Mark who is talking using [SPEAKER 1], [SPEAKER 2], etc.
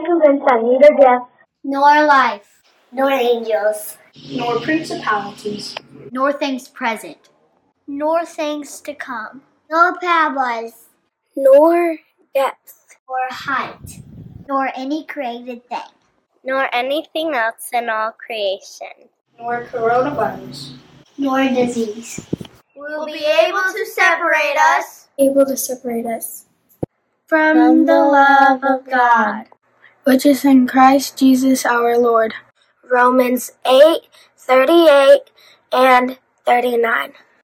[SPEAKER 1] and neither death,
[SPEAKER 2] nor life,
[SPEAKER 1] nor angels,
[SPEAKER 3] nor principalities,
[SPEAKER 2] nor things present,
[SPEAKER 4] nor things to come,
[SPEAKER 2] nor powers,
[SPEAKER 1] nor depth,
[SPEAKER 2] or height, nor any created thing,
[SPEAKER 4] nor anything else in all creation,
[SPEAKER 3] nor coronavirus,
[SPEAKER 2] nor disease,
[SPEAKER 4] will be able to separate us
[SPEAKER 1] able to separate us
[SPEAKER 4] from, the love of God.
[SPEAKER 5] which is in Christ Jesus our Lord.
[SPEAKER 1] Romans 8 38 and 39.